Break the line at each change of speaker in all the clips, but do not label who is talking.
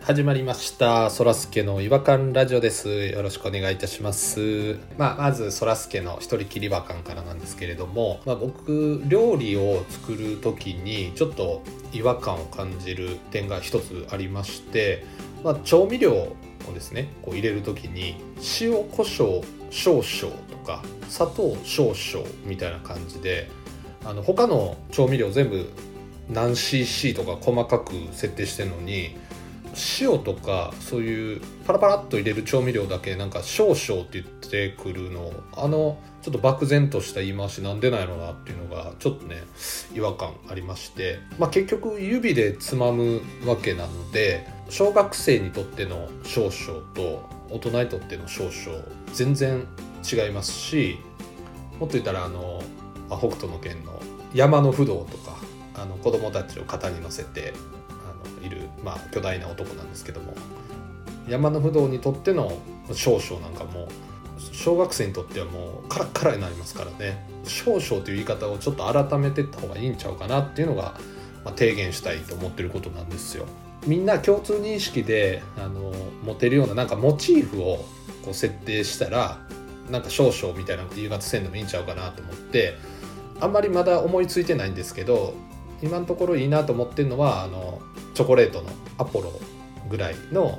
始まりましたそらすけの違和感ラジオですよろしくお願いいたしますまあまずそらすけの一人きり違和感からなんですけれども、まあ、僕料理を作る時にちょっと違和感を感じる点が一つありまして、まあ、調味料をですねこう入れる時に塩コショウ少々とか砂糖少々みたいな感じであの他の調味料全部何 cc とか細かく設定してるのに塩とかそういうパラパラっと入れる調味料だけなんか少々って言ってくるのあのちょっと漠然とした言い回しなんでないのなっていうのがちょっとね違和感ありまして、まあ、結局指でつまむわけなので小学生にとっての少々と大人にとっての少々全然違いますしもっと言ったらあのまあ北斗の拳の山の不動とかあの子供たちを肩に乗せてあのいる、まあ、巨大な男なんですけども山の不動にとっての少々なんかも小学生にとってはもうカラッカラになりますからね少々という言い方をちょっと改めてった方がいいんちゃうかなっていうのが、まあ、提言したいと思ってることなんですよ。みんな共通認識であの持てるようななんかモチーフをこう設定したらなんか少々みたいな言い方せんでもいいんちゃうかなと思ってあんまりまだ思いついてないんですけど今のところいいなと思ってるのはあのチョコレートのアポロぐらいの、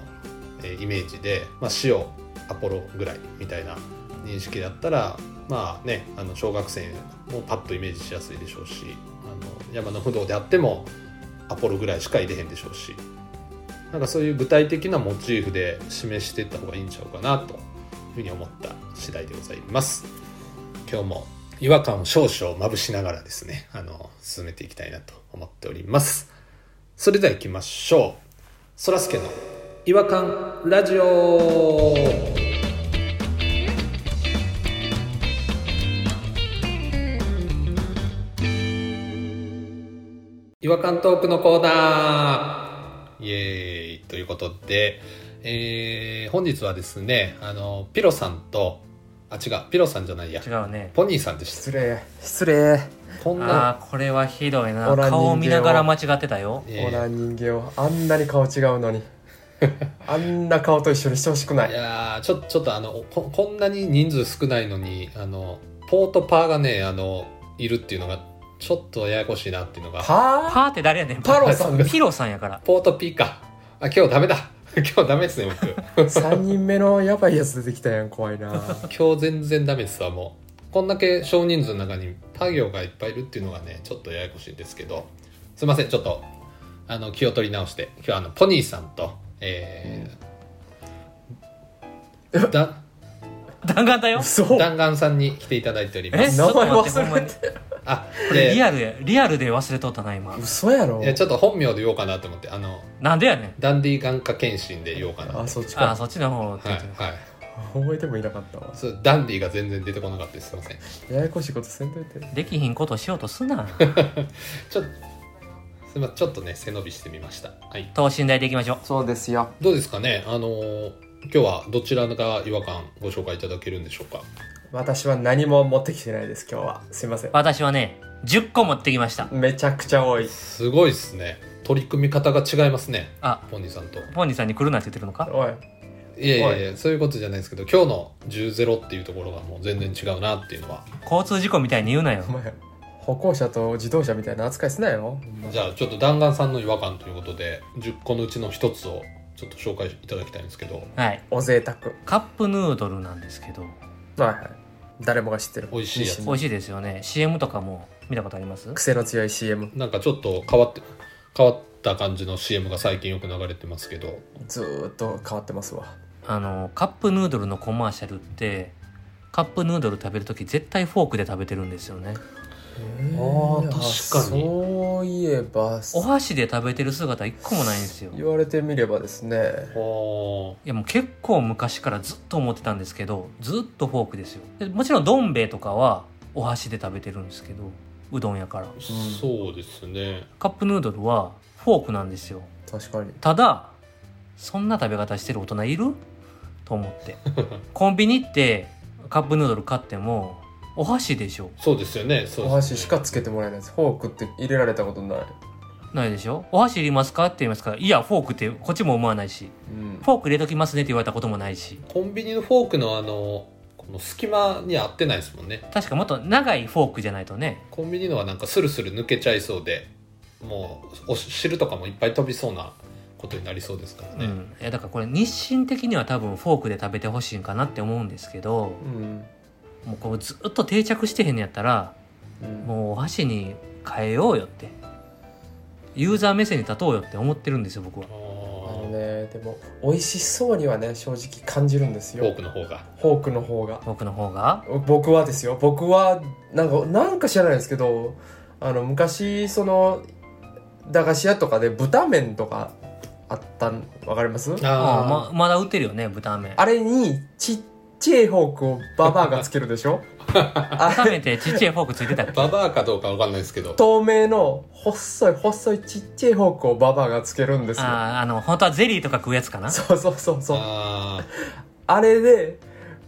えーイメージで、まあ、塩アポロぐらいみたいな認識だったらまあねあの小学生もパッとイメージしやすいでしょうしあの山の不動であってもアポロぐらいしか入れへんでしょうしなんかそういう具体的なモチーフで示していった方がいいんちゃうかなというふうに思った次第でございます。今日も違和感を少々まぶしながらですねあの進めていきたいなと思っておりますそれでは行きましょうそらすけの違和感ラジオ違和感トークのコーナーイエーイということで、えー本日はですねあのピロさんとあ違うピロさんじゃないや
違うね
ポニーさんでした
失礼失礼
こんな
あーこれはひどいな
おらん人間を
顔を見ながら間違ってたよ
えー
オナ人間をあんなに顔違う のにあんな顔と一緒にしてほしくないい
やーちょちょっとあのここんなに人数少ないのにあのポートパーがねあのいるっていうのがちょっとややこしいなっていうのが
は
パーって誰やねん
パロさんです
ピロさんやから
ポートピーかあ今日ダメだ 今日ダメですね
あ3人目のやばいやつ出てきたやん怖いな
僕今日全然ダメですわもうこんだけ少人数の中にパ行がいっぱいいるっていうのがねちょっとややこしいんですけどすいませんちょっとあの気を取り直して今日はあのポニーさんとえーだ
弾丸だよ
嘘
弾丸さんに来ていただいておりま
え
す
ちょっと待って
名前
ほんま
忘れて
にこ
あ
れ
で
リアルでリアルで忘れとったな今
嘘やろ
いやちょっと本名で言おうかなと思ってあの
なんでやねん
ダンディ眼科検診で言おうかな
あそっち
あー
か
そっちの方って
はい
言って
はい
覚えてもいなかったわ
そうダンディが全然出てこなかったですすいません
ややこしいことせんといて
できひんことしようとすな
ちょすいませんちょっとね背伸びしてみましたはい
等身大でいきましょう
そうですよ
どうですかねあのー今日はどちらが違和感ご紹介いただけるんでしょうか
私は何も持ってきてないです今日はすいません
私はね10個持ってきました
めちゃくちゃ多い
すごいですね取り組み方が違いますね
あ
ポニーさんと
ポニーさんに来るなって言ってるのか
おい
いやいやいやそういうことじゃないですけど今日の10ゼロっていうところがもう全然違うなっていうのは
交通事故みたいに言うなよ
お前歩行者と自動車みたいな扱いすなよ
じゃあちょっと弾丸さんの違和感ということで10個のうちの1つをちょっと紹介いただきたいんですけど
はい
お贅沢
カップヌードルなんですけど
はいはい誰もが知ってる
美味しいやつ
美味しいですよね CM とかも見たことあります
癖の強い CM
なんかちょっと変わって変わった感じの CM が最近よく流れてますけど
ずーっと変わってますわ
あのカップヌードルのコマーシャルってカップヌードル食べる時絶対フォークで食べてるんですよね
ー確かに
そういえば
お箸で食べてる姿一個もないんですよい
言われてみればですね
お
やもう結構昔からずっと思ってたんですけどずっとフォークですよでもちろんどん兵衛とかはお箸で食べてるんですけどうどんやから
そうですね
カップヌードルはフォークなんですよ
確かに
ただそんな食べ方してる大人いると思ってコンビニってカップヌードル買ってもお箸でしょ
そうですよねそう
お
ですね
箸しかつけてもらえないですフォークって入れられたことない
ないでしょお箸いりますかって言いますからいやフォークってこっちも思わないし
うん、
フォーク入れときますねって言われたこともないし
コンビニのフォークのあのこの隙間に合ってないですもんね
確かもっと長いフォークじゃないとね
コンビニのはなんかスルスル抜けちゃいそうでもうお汁とかもいっぱい飛びそうなことになりそうですから
う
ね、
ん、いやだからこれ日清的には多分フォークで食べてほしいんかなって思うんですけど
うん
もうこうずっと定着してへんのやったら
うん
もうお箸に変えようよってユーザー目線に立とうよって思ってるんですよ僕は
あ
あ
ー
のねでも美味しそうにはね正直感じるんです
フォ
よ
ークの方が
フォークの方が
僕の方が
僕はですよ僕はなんかなんか知らないですけどあの昔その駄菓子屋とかで豚麺とかあったんわかります
あ
あ
あままだ売ってるよね豚麺
あれにちっちゃいフォークをババアがつけるでしょあ
炒
れ
めてちっちゃいフォークついてたっ け
ババアかどうかわかんないですけど
透明の細い細いちっちゃいフォークをババアがつけるんですよ
あああの本当はゼリーとか食うやつかな
そうそうそうそう
あ
あれで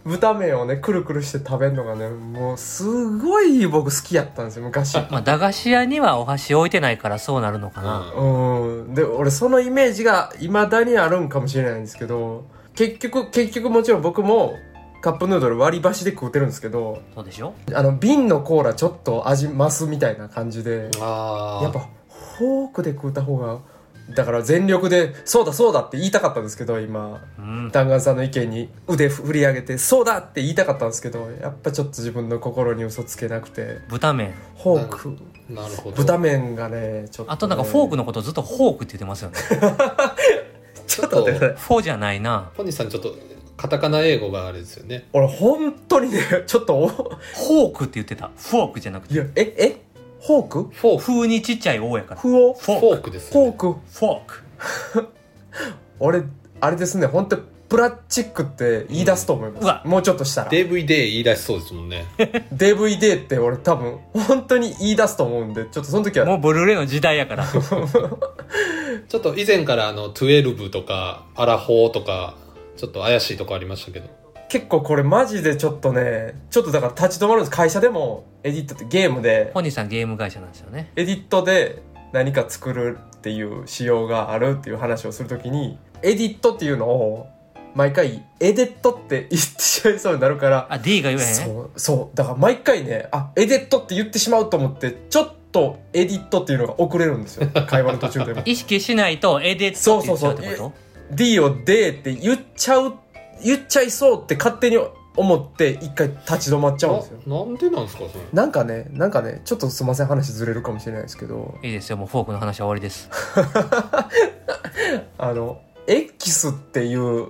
豚麺をねくるくるして食べるのがねもうすごい僕好きやったんですよ 昔
まあ駄菓子屋にはお箸置いてないからそうなるのかな、
あ、
うんで俺そのイメージがいまだにあるんかもしれないんですけど結局結局もちろん僕もカップヌードル割り箸で食うてるんですけど
そうでしょ
あの瓶のコーラちょっと味増すみたいな感じで
うん、あー
やっぱフォークで食うた方がだから全力で「そうだそうだ」って言いたかったんですけど今
うん
弾丸さんの意見に腕振り上げて「そうだ!」って言いたかったんですけどやっぱちょっと自分の心に嘘つけなくて
豚麺
フォーク
なるほど
豚麺がねちょっと、
あとなんかフォーク
の
のことずっとフォークって言ってますよね
ちょっと待ってください
フォーじゃないな
小西さんちょっとカタカナ英語があれですよね
俺本当にねちょっとお
フォークって言ってたフォークじゃなくて
いやええフォーク
フォーク
風にちっちゃい O やからフ
フオ
フ
ォー
ォ
ク
ークです
フォ
よ、
ー
ね、
ク
フォーク
俺あれですね本当プラスチックって言い出すと思い
うんう
ま
わ
す、もうちょっとしたら
DVD 言い出しそうですもんね
DVD って俺多分本当に言い出すと思うんでちょっとその時は
もうブルーレイの時代やから
ちょっと以前からあの12とかアラフォーとかちょっと怪しいとこありましたけど
結構これマジでちょっとねちょっとだから立ち止まるんです会社でもエディットってゲームで
ホニーさんゲーム会社なんですよね
エディットで何か作るっていう仕様があるっていう話をするときにエディットっていうのを毎回エデットって言ってしまいそうになるから
あ D が言えへん
そうそうだから毎回ねあエデットって言ってしまうと思ってちょっとエディットっていうのが遅れるんですよ会話の途中でも
意識しないとエデットって言っちゃうってこと
そうそう D を「で」って言っちゃう言っちゃいそうって勝手に思って一回立ち止まっちゃうんですよ
ななんでなんですかそれ
なんかね、なんかね、ちょっとすみません、話ずれるかもしれないですけど、
いいですよもうフォークの話は終わりです
あの、X っていう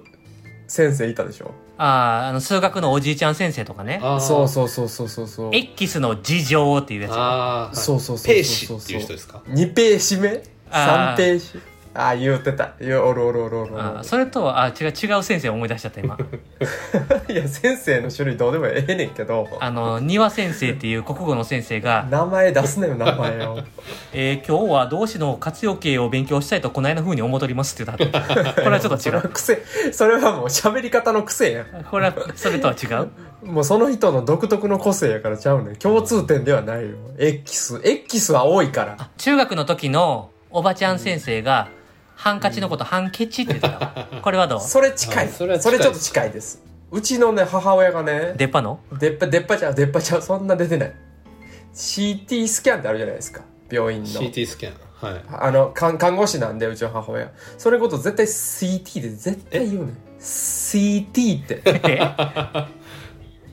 先生いたでしょ
あああの数学のおじいちゃん先生とかね
あー
そうそうそうそうそうそう。
X の事情っていうやつ
ああ
そうそうそうそうそう
ペーシっていう人ですか
2ページ目
あー
?3 ページああ、言うてた。言うおるおるおるおるお
あー
る。
それとはあ違う違う先生思い出しちゃった今
いや、先生の種類どうでもええねんけど、
あの庭先生っていう国語の先生が
名前出すなよ、名 前を。
「えー今日は動詞の活用形を勉強したいとこないな風に思うとります」って言った後これはちょっと
そ
違
れは
う
癖、それはもう喋り方の癖や。
これはそれとは違うん
もうその人の独特の個性やからちゃうねん。共通点ではないよ。X。X は多いから。
あ中学の時のおばちゃん先生が、ハンカチのことハンケチって言ってたわこれはどう
それ近い
あ
そ
そ
れ
れは近い
ちょっと近いですうちのね母親がね
出っ歯の
出っ歯出っ歯ちゃう出っ歯ちゃうそんな出てない CT スキャンってあるじゃないですか病院の
CT スキャンはい
あの看看護師なんでうちの母親それこと絶対 CT で絶対言うねん CT って
え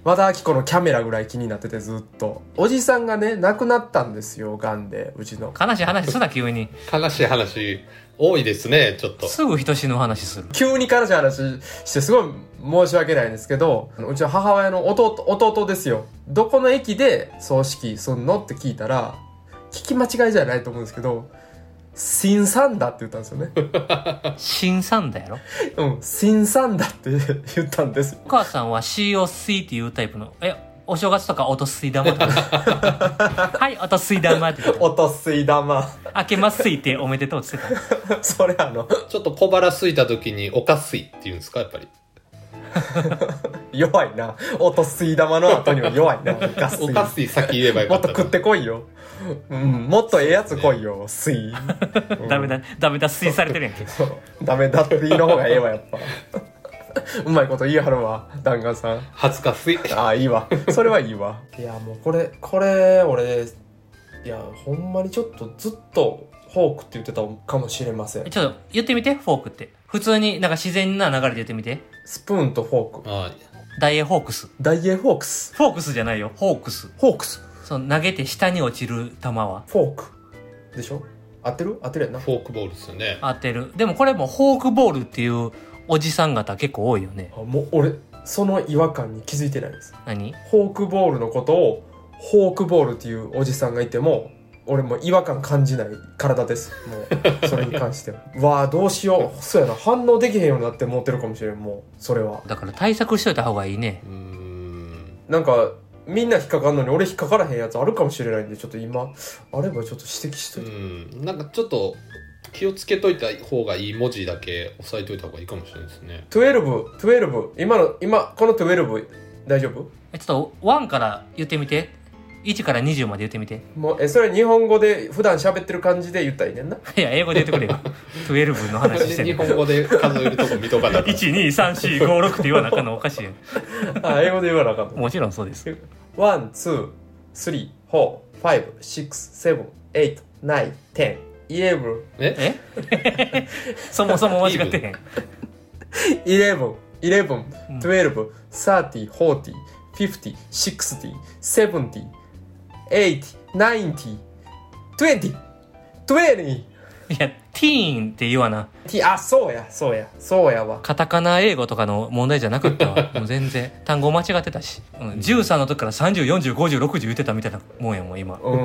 和田アキ子のキャメラぐらい気になっててずっとおじさんがね亡くなったんですよ癌でうちの
悲しい話すな急に。
悲しい話多いですねちょっと
すぐ人死ぬ話する。
急に彼女の話してすごい申し訳ないんですけど、うちの母親の弟、弟ですよ。どこの駅で葬式すんのって聞いたら、聞き間違いじゃないと思うんですけど、新さんだって言ったんですよ ね。
新さんだやろ
うん、新さんだって 言ったんですよ。
お母さんは COC っていうタイプの、え、お正月とかおとすい玉とか。はい、おとすい玉って言って
おとすい玉。
た。明けますいておめでとうって言ってた。
それあの、
ちょっと小腹空いた時におかすいっていうんですかやっぱり
弱いな。音吸い玉の後には弱いな。ガス
おか
吸
すい
い。
先言えばよ
も
か
っ
っ
と
た
食ってこいよ。うん、もっとええやつ来いよ、水。うん
ダメだダメだ推されてるやん け
そうダメだって言いの方がええわやっぱ うまいこと言いはるわ弾丸さん
恥ずかしい
ああいいわそれはいいわいやもうこれこれ俺いやほんまにちょっとずっとフォークって言ってたかもしれません
ちょっと言ってみてフォークって普通になんか自然な流れで言ってみて
スプーンとフォーク
あ
ダイエーフォークス
ダイエーフォークス
フォークスじゃないよフォークス
フォークス
その投げて下に落ちる球は
フォークでしょ合ってる合ってるやんな
フォークボールですよね
当てるでもこれもフォークボールっていうおじさん方結構多いよね
あもう俺その違和感に気づいてないです
何
フォークボールのことをフォークボールっていうおじさんがいても俺もう違和感感じない体ですもうそれに関しては わあどうしようそうやな反応できへんようになって持ってるかもしれんもうそれは
だから対策しといた方がいいね
うーん
なんかみんな引っかかんのに俺引っかからへんやつあるかもしれないんでちょっと今あればちょっと指摘しと
う
いて、
んなんかちょっと気をつけといた方がいい文字だけ押さえといた方がいいかもしれないですね
1212今の今この12大丈夫
えちょっと1から言ってみて1から20まで言ってみて
もうえそれ日本語で普段喋ってる感じで言ったらいいね んない
や英語で言ってくれ よ12の話して
で 日
る
本語で数えるとこ見とかなきゃ
12345って言わなあかんのおかしいやん
あ英語で言わなあかった
もちろんそうです
ワン、ツー、スリー、フォー、ファイブ、シックス、セブン、エイト、ナイン、テン、イレブン、
え
え そもそも間違ってへん
イレブン、イレブン
うん、
トゥエルブ、サーティ、フォーティ、フィフティ、シックスティ、セブンティ、エイティ、ナインティ、トゥエンティ、トゥエニ
いや、ティーンって言わな。
ー、ティ、あ、そうや、そうや、そうやわ。
カタカナ英語とかの問題じゃなかった わ。もう全然。単語間違ってたし。うん、13の時から30、40、50、60言ってたみたいなもんやもん、今。
うん、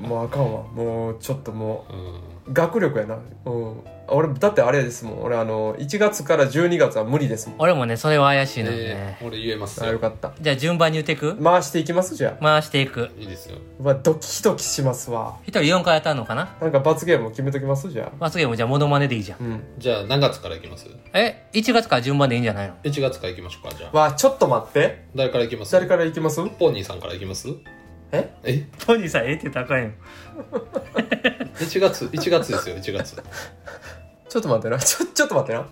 もうあかんわ。もうちょっとも
うん
う、学力やな。うん。俺、だってあれですもん。俺、あの、1月から12月は無理ですもん。
俺もね、それは怪しいのよ
え
ね。
ー、俺言えます
あ、よ
よ
かった。
じゃあ順番に言っていく
回していきますじゃあ。
回していく。
いいですよ
うわドキドキしますわ
一人4回当たるのかな
なんか罰ゲーム決めときますじゃあ
罰ゲームじゃあモノマネでいいじゃん。
うん
じゃあ何月からいきます
え、1月から順番でいいんじゃないの
?1 月からいきましょうかじゃあ
わちょっと待って
誰からいきます
誰からいきます
ポニーさんからいきます
え
え
トニーさん、えって高いの。
1月1月ですよ1月
ちょっと待ってなちょちょっと待ってな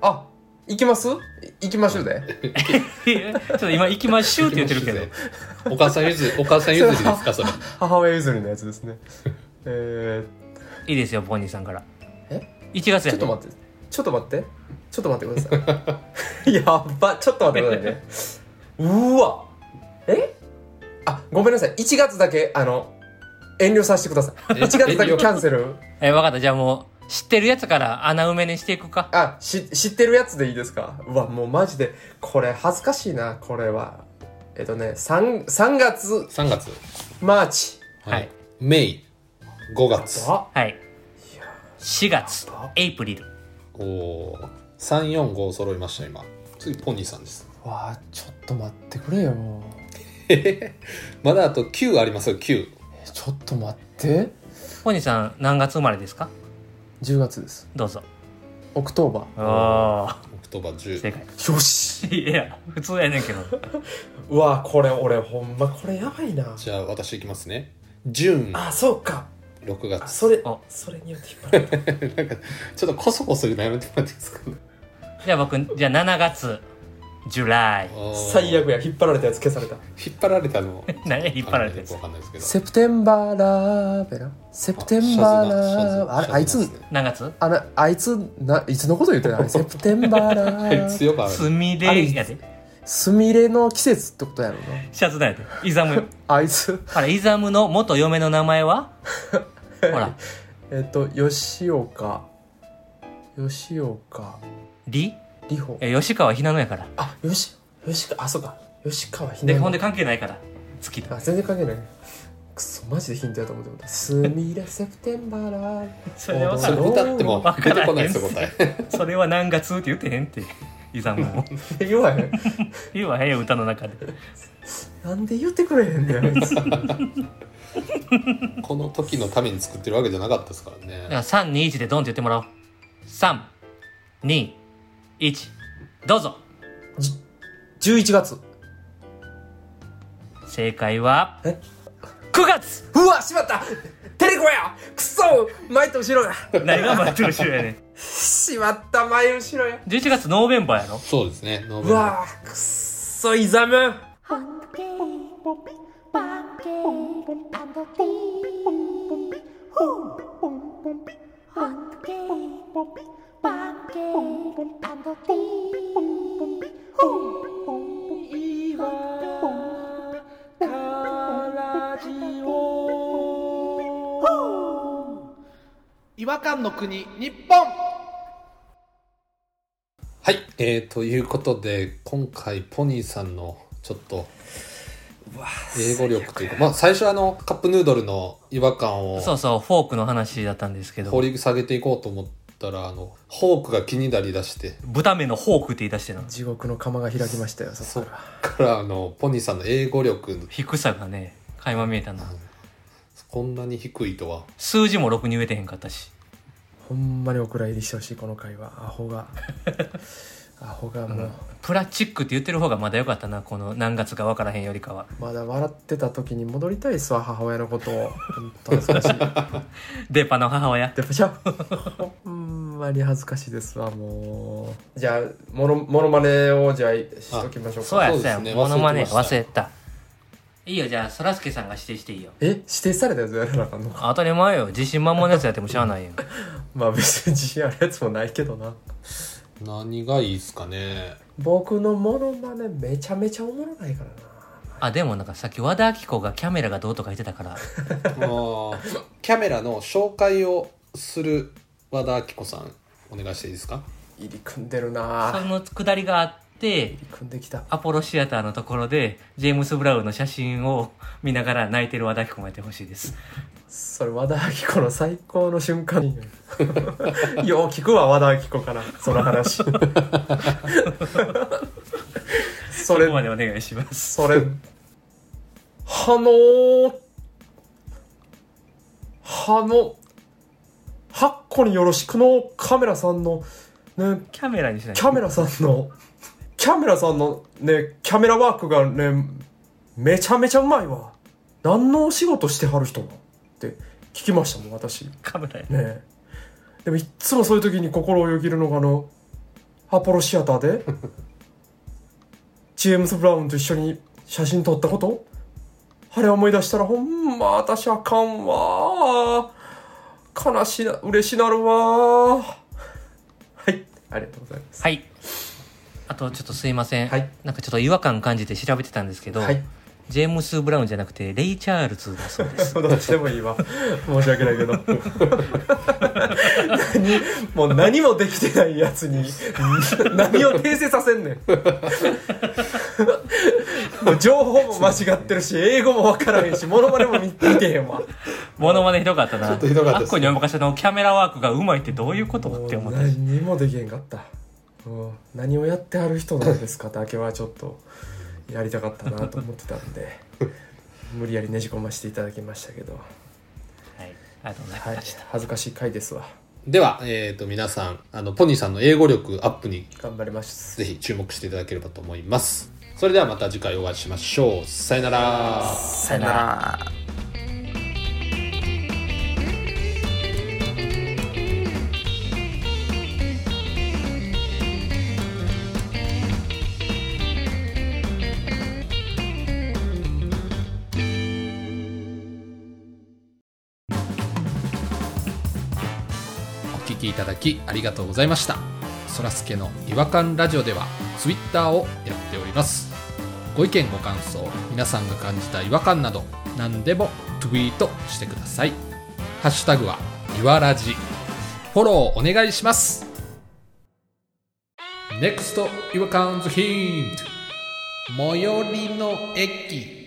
あ行きますい行きましょうで
ちょっと今、 行きましゅうって言ってるけど。
お母さん譲りお母さん譲りですかそれ
母親譲りのやつです ねえ
いいですよ、ポニーさんから。
え
?1 月
ー、
や
ちょ
で
っと待ってちょっと待ってちょっと待ってください やっばちょっと待ってくださいねうわえあごめんなさい1月だけあの遠慮させてください
え
1月だけキャンセル
え、わかった。じゃあもう、知ってるやつから穴埋めにしていくか。
あ、し、知ってるやつでいいですかうわ、もうマジで、これ恥ずかしいな、これは。えっとね、3、3月、
3月
マーチ。
はい
メイ5月
あ
はい。4月
ば、
エイプリル。
おおー345揃いました今次ポニーさんです
わ、ちょっと待ってくれよ。
まだあと9ありますよ9
えちょっと待って。
ポニーさん、何月生まれですか
10月です。
どうぞ。
オクトーバ
お
オクトーバー10
正解。
ー。よし。
いや、普通やねんけど。
うわ、これ俺ほんま、これやばいな。
じゃあ私いきますねジューン
あ、そうか。
6
あ
月
それ
あ、
それによって引っ張られる。
なんかちょっとコソコソ言うのやめてもらっていいですか
じゃあ僕、じゃあ7月、ジュライ。
最悪や、引っ張られたやつ消された。
引っ張られたの
何や引っ張られたやつ
わかんないですけど
セプテンバーラーベラ。セプテンバーラー。あれ、あいつ、
何月
あの、あいつ、な、いつのこと言ってないセプテンバーラ
はい
ー。
強くあ
す
る
み
あれ
れやで。
すみれの季節ってことやろな。
シャツだやで。イザムよ。
あいつ、
あれ、イザムの元嫁の名前はほら、
えっと、吉岡。吉岡。
リ
里穂。
え、吉川ひなのやから。
あ、よし、吉川、あ、そうか。吉川ひな
で、
の。
ほんで関係ないから。月だ。
あ、全然関係ない。くそ、マジでヒントやと思ってもうた。すみれ、セプテンバーラー。
それは
そ
さ
れ、歌っても出てこないですよ
わか
答え
それは何月って言ってへんって。イザムも。
言わへん。
言わへんよ、歌の中で。
なんで言ってくれへんねん、あいつ。
この時のために作ってるわけじゃなかったですから
だから
ね
3、2、1でドンって言ってもらおう。3、2、1、どうぞ。
じ11月
正解は
え
9月
うわしまったテレコやくそ前と後ろや
何が待ってる後ろやねん
しまった前後ろや
11月ノーベンバーやろ
そうですねノーベ
う
ル
わくっそイザム
Hunky,
違和感の国日本
はい、えー、ということで今回ポニーさんのちょっと英語力というか、まあ、最初あのカップヌードルの違和感を
そうそうフォークの話だったんですけ
掘
ど
り下げていこうと思ったらあのフォークが気になりだして
豚目のフォークって言い出してな
地獄の釜が開きましたよ
そっからあのポニーさんの英語力
低さがね垣間見えたな
こんなに低いとは
数字もろくに植えてへんかったし
ほんまにお蔵入りしてほしいこの回はアホが アホがもう、
プラチックって言ってる方がまだ良かったなこの何月か分からへんよりかは
まだ笑ってた時に戻りたいっすわ母親のことを本当恥ずかしい
デパの母親
でもじゃあほんまに恥ずかしいですわもうじゃあモノモノマネをじゃあしときましょう
そう
か
や
そ
そうう
で
や
すね
モノマネ
忘れてまし
忘
た
れてたいいよじゃあそらすけさんが指定していいよ
え指定されたやつやらなあかんのか
当たり前よ自信満々のやつやってもしゃあないよ
まあ別に自信あるやつもないけどな
何がいいですかね
僕のモノマネめちゃめちゃおもろないからな
あでもなんかさっき和田アキ子がキャメラがどうとか言ってたから
あ ーキャメラの紹介をする和田アキ子さんお願いしていいですか
入り組んでる
そ
な
のくだりがあって
入り組んできた
アポロシアターのところでジェームス・ブラウンの写真を見ながら泣いてる和田アキ子もやってほしいです
それ和田アキ子の最高の瞬間よう聞くわ和田アキ子からその話そ
ここま
れ
でお願いします
それ歯の歯の8個によろしくのカメラさんのね
キャメラにしない
キャメラさんのキャメラさんのねキャメラワークがねめちゃめちゃうまいわ何のお仕事してはる人なって聞きましたもん私ね
カメラや
えでもいっつもそういう時に心をよぎるのがあのアポロシアターで ジェームズ・ブラウンと一緒に写真撮ったことあれ思い出したらほんま私あかんわ悲しいな嬉しなるわはいありがとうございます
はいあとちょっとすいません、
はい
なんかちょっと違和感感じて調べてたんですけど、
はい
ジェームス・ブラウンじゃなくてレイ・チャールズだそう です
どっちでもいいわ申し訳ないけ ど何もう何もできてないやつに何を訂正させんねんもう情報も間違ってるし英語も分からへんしモノマネも見見てへんわ
モノマネひどかったな
ちょっとひどかった
ア
で
ッ
す
コにお任せのキャメラワークがうまいってどういうこと
も
っ
う
て思ったし
何もできへんかったうん何をやってはる人なんですかだけはちょっとやりたかったなと思ってたんで無理やりねじ込ませていただきましたけど、
はい、ありがとうござい
はい
ました、、
恥ずかしい回ですわ
では、えー、と皆さんあのポニーさんの英語力アップに
頑張ります
ぜひ注目していただければと思いますそれではまた次回お会いしましょうさよなら
さよなら。
お聞きいただきありがとうございましたそらすけの違和感ラジオではツイッターをやっておりますご意見ご感想皆さんが感じた違和感など何でもツイートしてくださいハッシュタグはいわらじフォローお願いします NEXT 違和感ズヒント最寄りの駅